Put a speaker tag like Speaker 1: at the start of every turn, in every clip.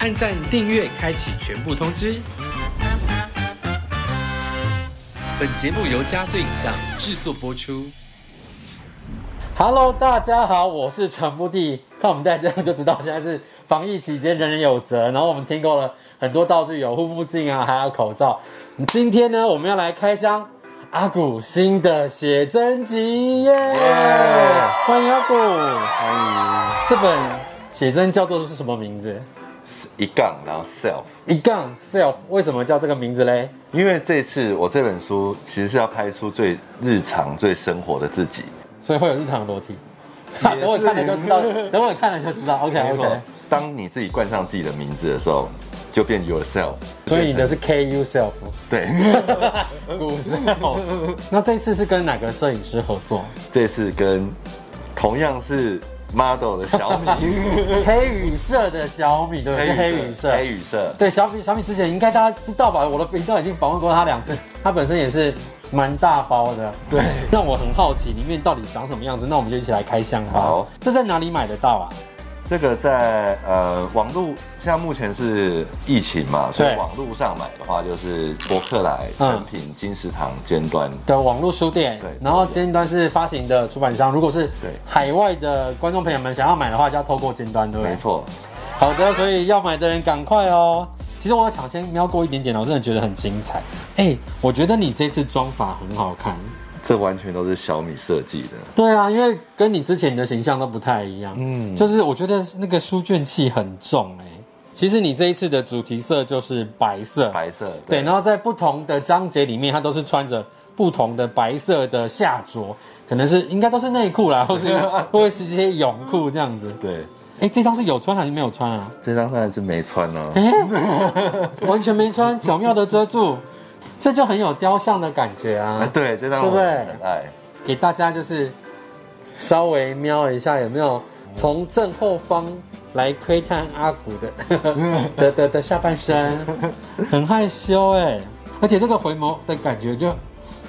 Speaker 1: 按赞、订阅、开启全部通知。本节目由加速影像制作播出。
Speaker 2: Hello，大家好，我是陈布弟。看我们戴这样就知道，现在是防疫期间，人人有责。然后我们听过了很多道具，有护目镜啊，还有口罩。今天呢，我们要来开箱阿古新的写真集耶欢迎阿古，欢迎。这本写真叫做是什么名字？
Speaker 3: 一杠，然后 self。
Speaker 2: 一杠 self 为什么叫这个名字嘞？
Speaker 3: 因为这次我这本书其实是要拍出最日常、最生活的自己。
Speaker 2: 所以会有日常的裸体。哈 等我看了就知道，等我看了就知道。OK
Speaker 3: 没
Speaker 2: 啊 OK
Speaker 3: 错。，当你自己冠上自己的名字的时候，就变 yourself。
Speaker 2: 所以你的是 KU self。
Speaker 3: 对，
Speaker 2: 古时候。那这次是跟哪个摄影师合作？
Speaker 3: 这次跟同样是 model 的小米，
Speaker 2: 黑羽社的小米，对， 是黑羽社。
Speaker 3: 黑羽社，
Speaker 2: 对，小米，小米之前应该大家知道吧？我的频道已经访问过他两次，他本身也是蛮大包的。
Speaker 3: 对，
Speaker 2: 让我很好奇里面到底长什么样子，那我们就一起来开箱吧。
Speaker 3: 好，
Speaker 2: 这在哪里买得到啊？
Speaker 3: 这个在呃网络，现在目前是疫情嘛，所以
Speaker 2: 对
Speaker 3: 网络上买的话就是博客来、
Speaker 2: 嗯
Speaker 3: 成品、金石堂、尖端。
Speaker 2: 的网络书店
Speaker 3: 对，
Speaker 2: 然后尖端是发行的出版商。如果是
Speaker 3: 对
Speaker 2: 海外的观众朋友们想要买的话，就要透过尖端，对不对？
Speaker 3: 没错，
Speaker 2: 好的，所以要买的人赶快哦。其实我有抢先瞄过一点点，我真的觉得很精彩。哎、我觉得你这次妆法很好看。
Speaker 3: 这完全都是小米设计的。
Speaker 2: 对啊，因为跟你之前的形象都不太一样。嗯，就是我觉得那个书卷气很重哎、其实你这一次的主题色就是白色，
Speaker 3: 白色的
Speaker 2: 对，然后在不同的章节里面，它都是穿着不同的白色的下着，可能是应该都是内裤啦，或是 或是一些泳裤这样子。
Speaker 3: 对，
Speaker 2: 哎、这张是有穿还是没有穿啊？
Speaker 3: 这张当然是没穿哦、
Speaker 2: 哎、完全没穿，巧妙的遮住，这就很有雕像的感觉
Speaker 3: 啊
Speaker 2: 啊。
Speaker 3: 对，这
Speaker 2: 对
Speaker 3: 张我
Speaker 2: 不对
Speaker 3: 很爱。
Speaker 2: 给大家就是稍微瞄一下，有没有从正后方来窥探阿古的 的的的下半身，很害羞哎、而且这个回眸的感觉就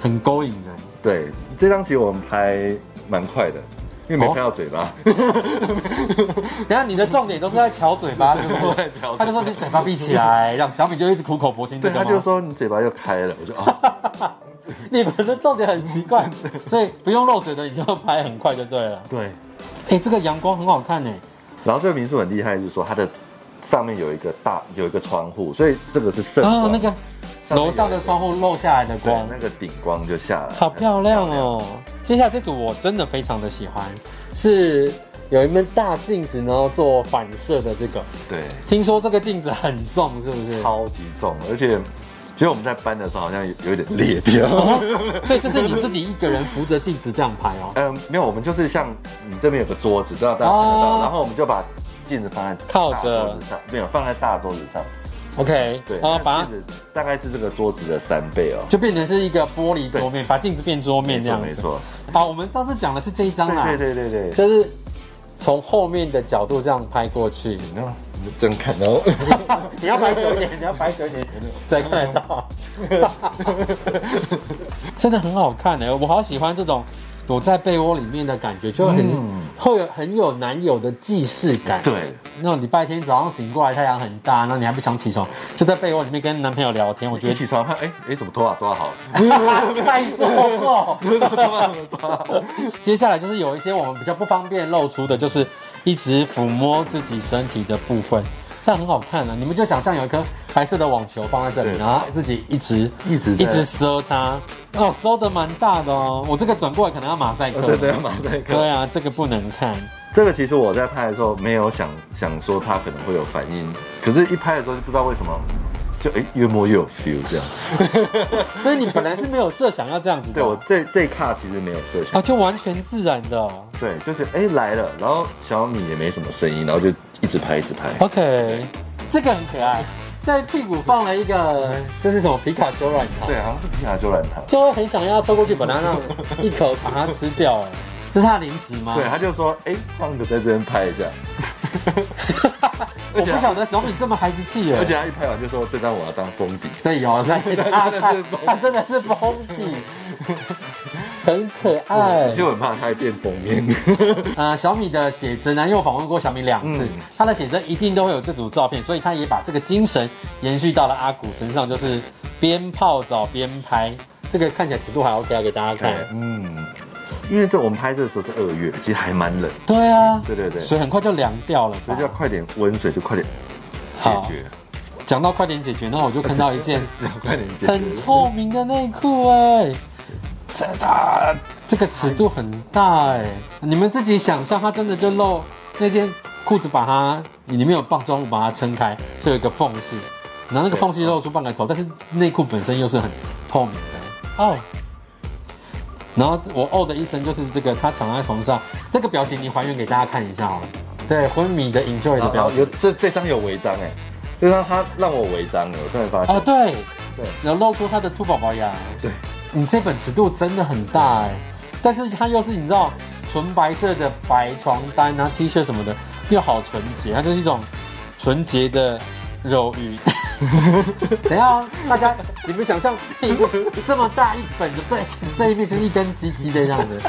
Speaker 2: 很勾引 人。
Speaker 3: 对，这张其实我们拍蛮快的，因为没
Speaker 2: 哦
Speaker 3: 拍到嘴 巴。
Speaker 2: 等一下你的重点都是在瞧嘴巴，是不
Speaker 3: 我在
Speaker 2: 是
Speaker 3: 瞧嘴巴？
Speaker 2: 他就说你嘴巴闭起来，让小米就一直苦口婆心这
Speaker 3: 对，
Speaker 2: 个吗。
Speaker 3: 他就说你嘴巴又开了，我就 哦，
Speaker 2: 你们的重点很奇怪，所以不用露嘴的你就要拍很快就对了。
Speaker 3: 对。
Speaker 2: 哎、这个阳光很好看哎、
Speaker 3: 然后这个民宿很厉害，就是说它的上面有一个大有一个窗户，所以这个是圣光。
Speaker 2: 哦，那个
Speaker 3: 上面有
Speaker 2: 楼上的窗户漏下来的
Speaker 3: 对
Speaker 2: 光，
Speaker 3: 那个顶光就下来。
Speaker 2: 好漂亮哦。接下来这组我真的非常的喜欢，是有一面大镜子，然后做反射的这个。
Speaker 3: 对，
Speaker 2: 听说这个镜子很重，是不是？
Speaker 3: 超级重，而且其实我们在搬的时候好像有有点裂 掉。
Speaker 2: 哦， 所以这是你自己一个人扶着镜子这样拍 哦。
Speaker 3: 嗯，没有，我们就是像你这边有个桌子，这样大家看得到，
Speaker 2: 哦
Speaker 3: 然后我们就把镜子放在大
Speaker 2: 靠着
Speaker 3: 桌子上，没有放在大桌子上，
Speaker 2: OK，
Speaker 3: 对，
Speaker 2: 然后把它
Speaker 3: 那镜子大概是这个桌子的三倍哦，
Speaker 2: 就变成是一个玻璃桌面，把镜子变桌面这样子。
Speaker 3: 没错，
Speaker 2: 好，我们上次讲的是这一张
Speaker 3: 没
Speaker 2: 啦。
Speaker 3: 错对对对对对，
Speaker 2: 就是从后面的角度这样拍过去。
Speaker 3: 你看，你真看 哦，
Speaker 2: 你要摆久一点，你要摆久一点才看得到。 真的很好看哎、我好喜欢这种躲在被窝里面的感觉，就很、会有很有男友的既视感。
Speaker 3: 对，
Speaker 2: 那种礼拜天早上醒过来，太阳很大，然后你还不想起床，就在被窝里面跟男朋友聊天，我觉
Speaker 3: 一
Speaker 2: 得
Speaker 3: 起床看，哎哎，怎么头发抓 好？
Speaker 2: 太做 作。
Speaker 3: 抓抓，
Speaker 2: 接下来就是有一些我们比较不方便露出的，就是一直抚摸自己身体的部分，但很好看啊！你们就想象有一颗白色的网球放在这里，
Speaker 3: 对
Speaker 2: 然后自己一直
Speaker 3: 一直在
Speaker 2: 一直搜它，哦，搜的蛮大的哦。我这个转过来可能要马赛克，
Speaker 3: 哦对对，马赛克。
Speaker 2: 对啊，这个不能看。
Speaker 3: 这个其实我在拍的时候没有想想说它可能会有反应，可是一拍的时候就不知道为什么，就哎越摸越有 feel 这样。
Speaker 2: 所以你本来是没有设想要这样子的，
Speaker 3: 对我这这一卡其实没有设想，
Speaker 2: 啊，就完全自然的哦。
Speaker 3: 对，就是哎来了，然后小米也没什么声音，然后就一直拍一直拍。
Speaker 2: OK，这个很可爱，在屁股放了一个，这是什么皮卡丘软糖？
Speaker 3: 对，好像是皮卡丘软糖。
Speaker 2: 就会很想要凑过去把它 让一口把它吃掉。哎，这是他的零食吗？
Speaker 3: 对，他就说，哎、胖子在这边拍一下，
Speaker 2: 我不晓得小米这么孩子气耶。
Speaker 3: 啊而且他一啊拍完就说，这张我要当封底。
Speaker 2: 对，有在他
Speaker 3: 真的是
Speaker 2: 看
Speaker 3: 疯，
Speaker 2: 他真的是封闭。很可爱。
Speaker 3: 其实我很怕它会变封面。
Speaker 2: 呃，小米的写真啊呢，因为我访问过小米两次，
Speaker 3: 嗯
Speaker 2: 他的写真一定都会有这组照片，所以他也把这个精神延续到了阿古身上，就是边泡澡边拍。这个看起来尺度还 OK 啊，给大家看。
Speaker 3: 嗯，因为这我们拍摄的时候是二月，其实还蛮冷，
Speaker 2: 对啊，
Speaker 3: 对对对
Speaker 2: 水很快就凉掉了吧。
Speaker 3: 所以就要快点温水就快点解
Speaker 2: 好
Speaker 3: 决，
Speaker 2: 讲到快点解决，那我就看到一件
Speaker 3: 要快点解决。
Speaker 2: 很透明的内裤哎，这的这个尺度很大哎，你们自己想象，它真的就露那件裤子，把它里面有棒状物把它撑开，就有一个缝隙，然后那个缝隙露出半个头，但是内裤本身又是很透明的哦。然后我哦的一声就是这个，他躺在床上，这个表情你还原给大家看一下好了。对，昏迷的 enjoy 的
Speaker 3: 然
Speaker 2: 表
Speaker 3: 后
Speaker 2: 情
Speaker 3: 有。这这张有违章哎，这张他让我违章了，我突然发现。
Speaker 2: 啊，对，
Speaker 3: 对，
Speaker 2: 有露出他的兔宝宝牙。
Speaker 3: 对，
Speaker 2: 你这本尺度真的很大哎、但是它又是你知道纯白色的白床单啊、T 恤什么的，又好纯洁，它就是一种纯洁的肉欲。 等一下、哦，大家你们想象这一个这么大一本的背景，这一面就是一根鸡鸡的这样 子，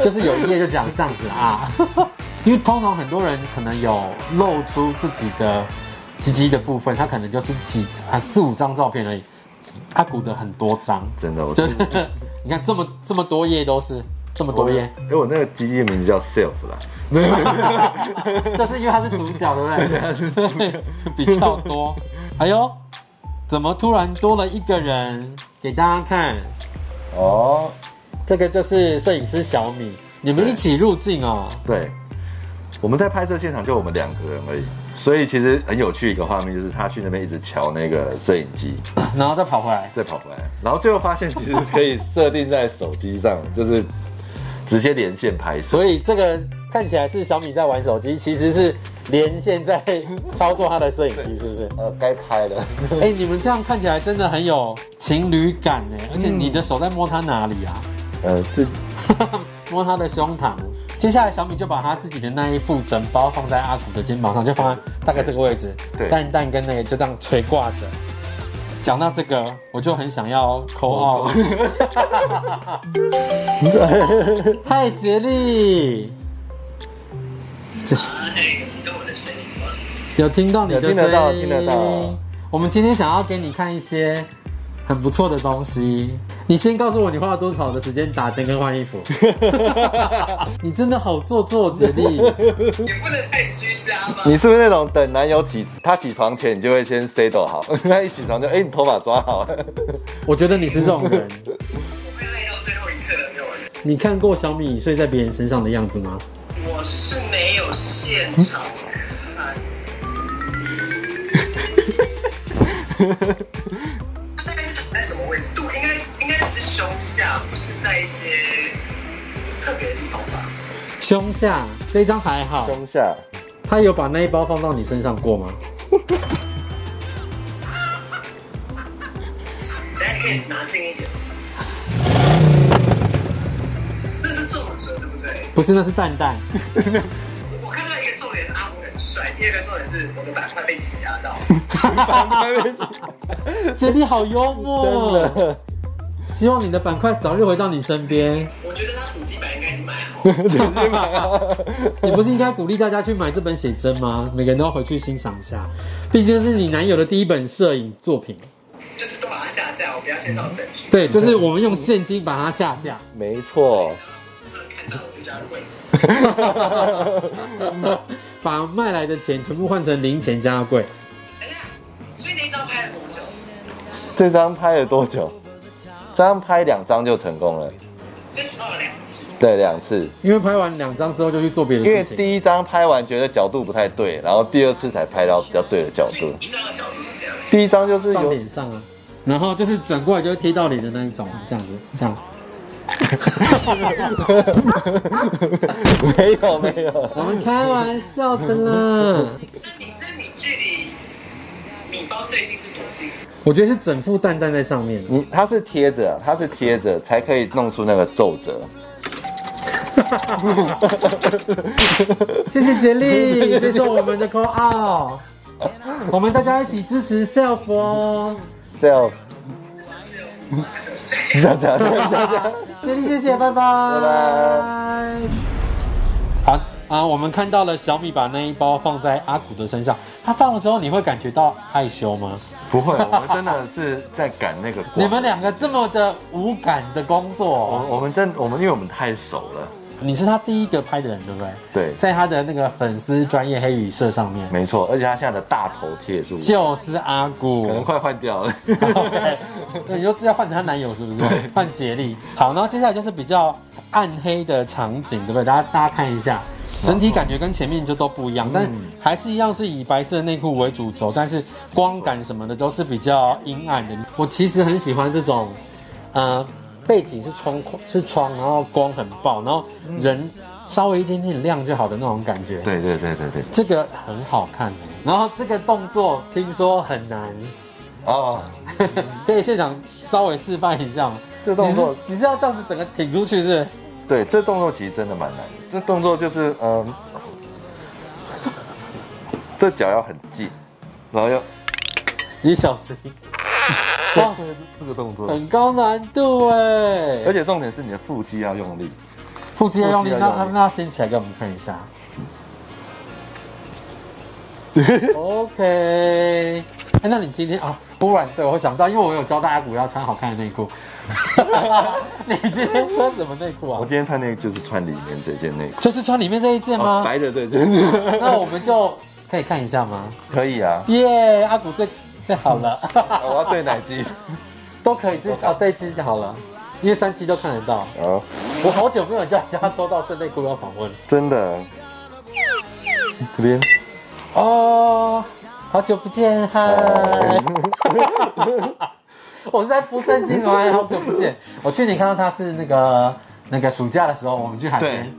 Speaker 2: 就是有一页就讲这样子啊。 因为通常很多人可能有露出自己的鸡鸡的部分，他可能就是几啊四五张照片而已，他鼓的很多张，
Speaker 3: 真的，我
Speaker 2: 就是你看这么这么多页都是这么多页，
Speaker 3: 哎、我那个机器的名字叫 Self 啦，没有没有没 有
Speaker 2: 这是因为他是主角， 对不对？所以比较多。哎呦，怎么突然多了一个人？给大家看，
Speaker 3: 哦，
Speaker 2: 这个就是摄影师小米，你们一起入镜 哦。
Speaker 3: 对，我们在拍摄现场就我们两个人而已，所以其实很有趣一个画面就是他去那边一直瞧那个摄影机，
Speaker 2: 然后再跑回来。
Speaker 3: 再跑回来，然后最后发现其实可以设定在手机上，就是直接连线拍摄。
Speaker 2: 所以这个看起来是小米在玩手机，其实是连线在操作他的摄影机，是不是？
Speaker 3: 呃，该拍了。
Speaker 2: 哎、你们这样看起来真的很有情侣感哎，而且你的手在摸他哪里啊？
Speaker 3: 呃，这
Speaker 2: 摸他的胸膛。接下来，小米就把他自己的那一副整包放在阿古的肩膀上，就放在大概这个位置，
Speaker 3: 对
Speaker 2: 蛋蛋跟那个就这样垂挂着。讲到这个，我就很想要扣
Speaker 3: 哦
Speaker 2: 号，嗨，杰力，
Speaker 4: 哎，你跟我的声音吗？
Speaker 2: 有听到你的
Speaker 3: 有
Speaker 2: 声音，
Speaker 3: 听得到听得到
Speaker 2: 我们今天想要给你看一些很不错的东西。你先告诉我，你花了多少的时间打灯跟换衣服？ 你真的好做作，杰力。
Speaker 4: 也不能太居家吧？
Speaker 3: 你是不是那种等男友起他起床前，你就会先 settle 好， 他一起床就哎、你头发抓好了。
Speaker 2: 我觉得你是这种人。
Speaker 4: 我会累到最后一刻的那种人。
Speaker 2: 你看过小米睡在别人身上的样子吗？
Speaker 4: 我是没有现场看。 他大概是躺在什么位置？肚应该应该是胸下，不是在一些特别的地方吧？
Speaker 2: 胸下这一张还好，
Speaker 3: 中 下，
Speaker 2: 他有把那一包放到你身上过吗？
Speaker 4: 大家可以拿近一点。这是皱褶，对不对？
Speaker 2: 不是，那是蛋蛋。
Speaker 4: 我看到一个重点，阿虎很帅；第二个重点是我的板块被挤压 到。
Speaker 2: 杰力好幽默，
Speaker 3: 真。的，
Speaker 2: 希望你的板块早日回到你身边。
Speaker 4: 我觉得他主机板应该已经买好了。
Speaker 2: 你不是应该鼓励大家去买这本写真吗？每个人都要回去欣赏一下，毕竟是你男友的第一本摄影作品。
Speaker 4: 就是都把它下架，我不要线上证据。
Speaker 2: 对，就是我们用现金把它下 架。
Speaker 3: 没错。
Speaker 4: 看到我就叫他滚。
Speaker 2: 把卖来的钱全部换成零钱加贵，
Speaker 4: 等一下，哎所以那一张拍了多久？
Speaker 3: 这张拍了多久？这张拍两张就成功了，
Speaker 4: 就是哦，两次。
Speaker 3: 对，两次。
Speaker 2: 因为拍完两张之后就去做别的
Speaker 3: 因为
Speaker 2: 事情。
Speaker 3: 第一张拍完觉得角度不太对，然后第二次才拍到比较对的角
Speaker 4: 所
Speaker 3: 度
Speaker 4: 以。一张的角度是这样。
Speaker 3: 第一张就是
Speaker 2: 到
Speaker 3: 有
Speaker 2: 脸上啊，然后就是转过来就会贴到脸的那一种，这样子，这样。
Speaker 3: 没有没有，
Speaker 2: 我们开玩笑的啦，
Speaker 4: 那你那你距离米包最近是多近？
Speaker 2: 我觉得是整副蛋蛋在上面。
Speaker 3: 你它是贴着啊，它是贴着才可以弄出那个皱褶。
Speaker 2: 谢谢杰 力，接受我们的 call out，我们大家一起支持 self 哦。
Speaker 3: Self，
Speaker 4: 是哦。
Speaker 3: 就这样，就这样。
Speaker 2: 杰力，谢谢，拜拜，拜
Speaker 3: 拜。
Speaker 2: 好啊，我们看到了小米把那一包放在阿古的身上，他放的时候你会感觉到害羞吗？
Speaker 3: 不会，我们真的是在赶那个
Speaker 2: 你们两个这么的无感的工作
Speaker 3: 我
Speaker 2: 哦、
Speaker 3: 我们真我们因为我们太熟了，
Speaker 2: 你是他第一个拍的人，对不对？
Speaker 3: 对，
Speaker 2: 在他的那个粉丝专业黑羽社上面，
Speaker 3: 没错，而且他现在的大头贴住，
Speaker 2: 就是阿
Speaker 3: 可能
Speaker 2: 古。
Speaker 3: 快换 掉了。
Speaker 2: OK，那你就要换成她男友是不是？换杰力。好，然后接下来就是比较暗黑的场景，对不对？大家大家看一下，整体感觉跟前面就都不一样，
Speaker 3: 嗯
Speaker 2: 但还是一样是以白色内裤为主轴，但是光感什么的都是比较阴暗的。我其实很喜欢这种，呃，背景是窗是窗，然后光很爆，然后人稍微一点点亮就好的那种感觉。
Speaker 3: 对对对对对，
Speaker 2: 这个很好看，然后这个动作听说很难，
Speaker 3: 哦，
Speaker 2: 可以现场稍微示范一下吗？
Speaker 3: 这动作
Speaker 2: 你是你是要这样子整个挺出去是不是？
Speaker 3: 对，这动作其实真的蛮难的。这动作就是嗯， 这脚要很近，然后要
Speaker 2: 你小心，哦
Speaker 3: 哇，这个这个动作，
Speaker 2: 很高难度哎，
Speaker 3: 而且重点是你的腹肌要 用力。
Speaker 2: 腹肌要用力，
Speaker 3: 腹肌
Speaker 2: 那
Speaker 3: 要用
Speaker 2: 那
Speaker 3: 力
Speaker 2: 那掀起来给我们看一下。OK，哎、那你今天啊，忽然对我想到，因为我有教大家鼓要穿好看的内裤。 你今天穿什么内裤
Speaker 3: 我
Speaker 2: 啊？
Speaker 3: 今天穿那个就是穿里面这件内裤，
Speaker 2: 就是穿里面这一件吗？
Speaker 3: 哦白的这件，
Speaker 2: 那我们就可以看一下吗？
Speaker 3: 可以啊。
Speaker 2: 耶、阿古最最好了，
Speaker 3: 我要对奶机，
Speaker 2: 都可以这哦，对，是好了，因为三期都看得到。
Speaker 3: 好，
Speaker 2: 我好久没有叫人家收到圣内裤要访问了
Speaker 3: 真的，这边。
Speaker 2: 哦，好久不见，嗨。哦我是在不正经吗？好久不见。我去年看到他是那个那个暑假的时候，我们去海边。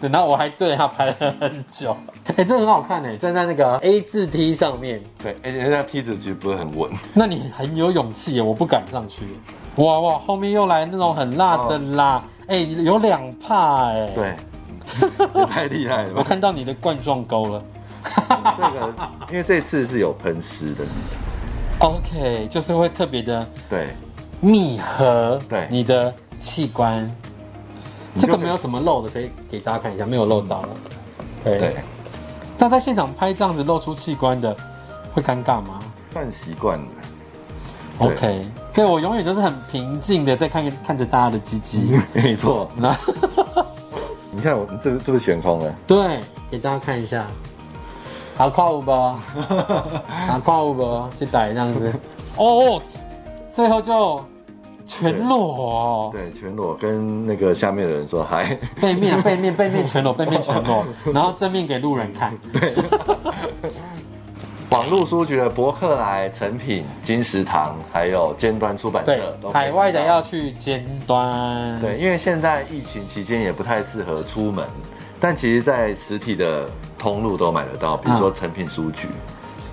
Speaker 2: 对，然后我还对着他拍了很久，哎、这很好看哎、站在那个 A 字梯上面，
Speaker 3: 对，而且那梯子其实不是很稳。
Speaker 2: 那你很有勇气耶，我不敢上去耶。哇哇，后面又来那种很辣的啦，哎、有两帕哎。，
Speaker 3: 哦对，你太厉害
Speaker 2: 我
Speaker 3: 了。
Speaker 2: 看到你的冠状沟 了。
Speaker 3: 这个，因为这次是有喷湿的。
Speaker 2: OK，就是会特别的
Speaker 3: 对，
Speaker 2: 密合
Speaker 3: 对
Speaker 2: 你的器官，
Speaker 3: 你
Speaker 2: 这
Speaker 3: 就
Speaker 2: 个没有什么漏的，所以给大家看一下，没有漏到。对，
Speaker 3: 对，
Speaker 2: 那在现场拍这样子露出器官的，会尴尬吗
Speaker 3: 算习惯了。对
Speaker 2: ？OK，对我永远都是很平静的在看看着大家的鸡 鸡，
Speaker 3: 没错，
Speaker 2: 那。
Speaker 3: 你看我这是不是悬空 了？
Speaker 2: 对，给大家看一下，好跨五吧，好跨五吧，就打这样子。 哦，最后就全裸、哦，
Speaker 3: 对，全裸跟那个下面的人说嗨，
Speaker 2: 背面啊背面背面全裸，背面全 裸，然后正面给路人看。
Speaker 3: 网络书局的博客来、成品、金石堂，还有尖端出版
Speaker 2: 对
Speaker 3: 社，都可以，
Speaker 2: 海外的
Speaker 3: 看
Speaker 2: 要去尖端。
Speaker 3: 对，，因为现在疫情期间也不太适合出门，但其实，在实体的通路都买得到，比如
Speaker 2: 嗯
Speaker 3: 说成品书局。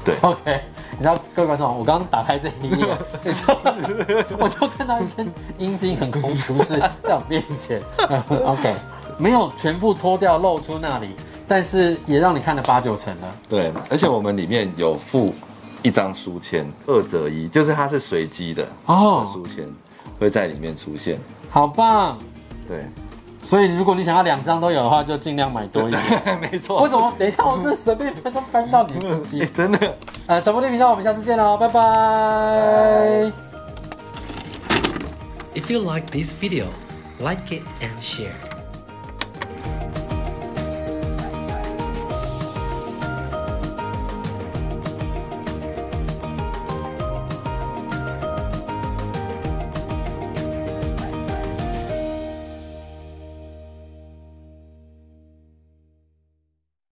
Speaker 3: 对，
Speaker 2: OK，你知道各位观众，我刚刚打开这一页，我就我就看到一根阴茎横空出世在我面前。OK，没有全部脱掉露出那里，但是也让你看了八九成了。
Speaker 3: 对，而且我们里面有附一张书签，二折一，就是它是随机的
Speaker 2: 哦，
Speaker 3: 书签会在里面出现。
Speaker 2: 好棒！
Speaker 3: 对，
Speaker 2: 所以如果你想要两张都有的话，就尽量买多一点。
Speaker 3: 没错。
Speaker 2: 为什么？等一下，我这随便翻都翻到你自己
Speaker 3: 诶？。真的，
Speaker 2: 呃，传播力频道，我们下次见喽，拜拜
Speaker 1: If you like this video, like it and share.